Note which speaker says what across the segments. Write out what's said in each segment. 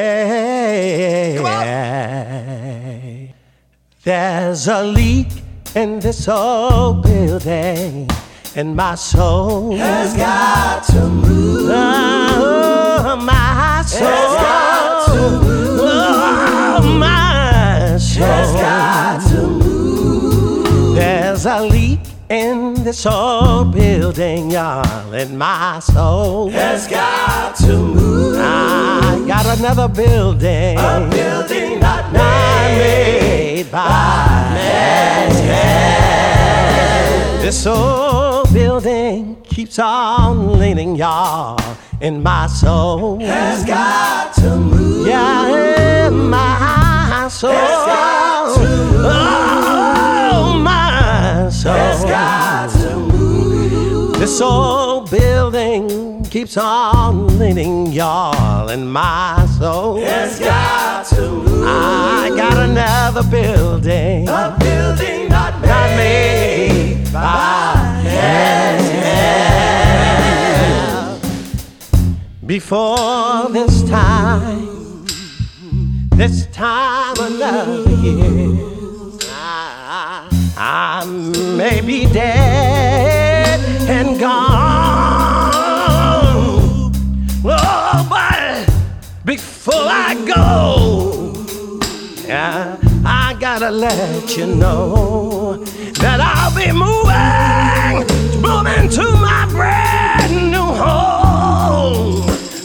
Speaker 1: Hey,
Speaker 2: Come on.
Speaker 1: hey. There's a leak in this old building, and my soul has got to move. Oh, my soul has got to move. Oh, my soul has got to move. There's a leak in this old building, y'all, and my soul has got to move. I got another building, a building not made, by, man's hand. This old building keeps on leaning, y'all, and my soul has got to move. Yeah, and my soul has got to move. Oh, my soul has got to move. This old building keeps on leaning, y'all, and my soul has got to move. I got another building, a building not made, by, Before this time, this time another year, I, I may be dead and gone. Oh, but before I go, yeah, I gotta let you know that I'll be moving, moving to my brand new home.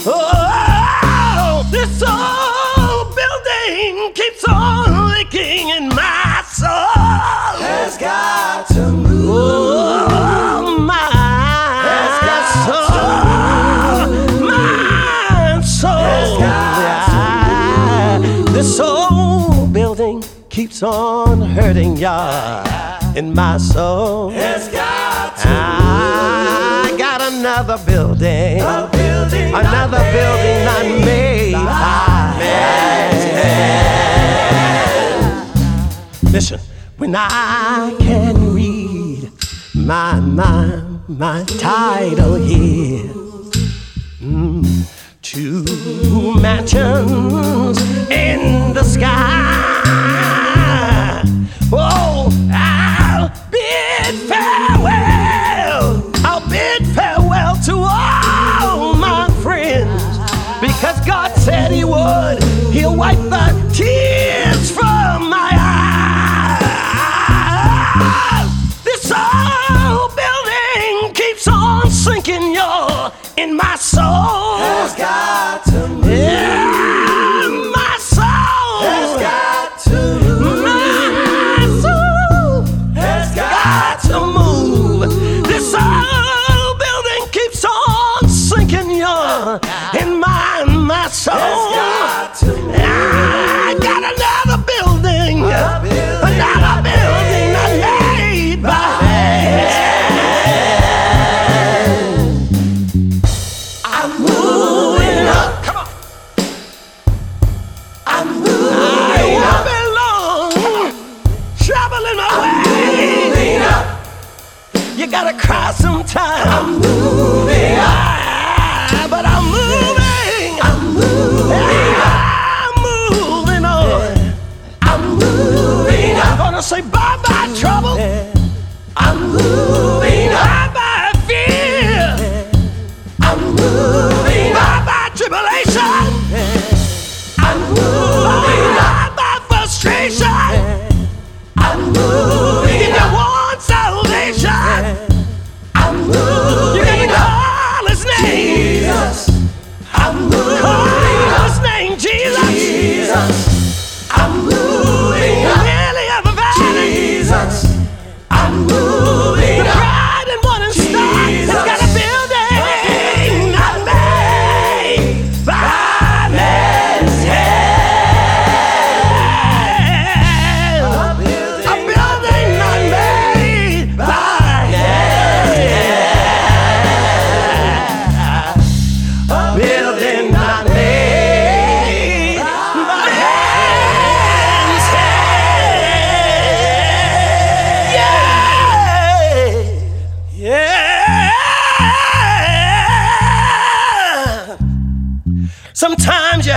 Speaker 1: Oh, this old building keeps on leaking in my soul. Has got to move. Oh, my soul, my soul. Yeah, This old building keeps on hurting, y'all. In my soul, has got to I got another building, a building, another building not made by man. Listen, when I can read my my my title here. Two mansions in the sky. Oh, I'll bid farewell. I'll bid farewell to all my friends. Because God said He would. He'll wipe the tears from my eyes. This old building keeps on sinking, y'all, in my soul. Has got to move. Yeah, my soul. Has got to move. My soul. Has got to move. This old building keeps on sinking, y'all, in my my soul. Has got to move. I got another building. Another building not made by I'm moving up. Come on. I'm moving I up. won't be long. Traveling my way. Moving up. You gotta cry sometime. I'm moving up. But I'm moving. I'm moving up. I'm moving on. I'm moving up. I'm gonna say bye bye, trouble. I'm moving up. Bye bye, fear. I'm moving up. Bye bye, tribulation. I'm moving up. Bye bye, frustration. I'm moving up. You want salvation. I'm moving You gotta call his name. Jesus. Sometimes you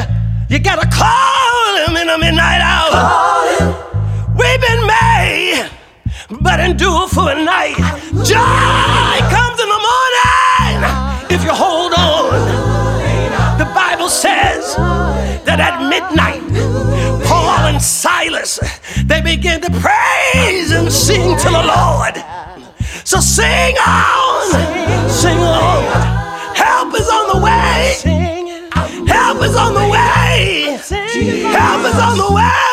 Speaker 1: you gotta call him in the midnight hour. We've been made, but endure for a night. Joy comes in the morning if you hold on. The Bible says that at midnight, Paul and Silas they began to praise and sing to the Lord. So sing on, sing on. Help is on the way. Help is on the way. Help is on the way.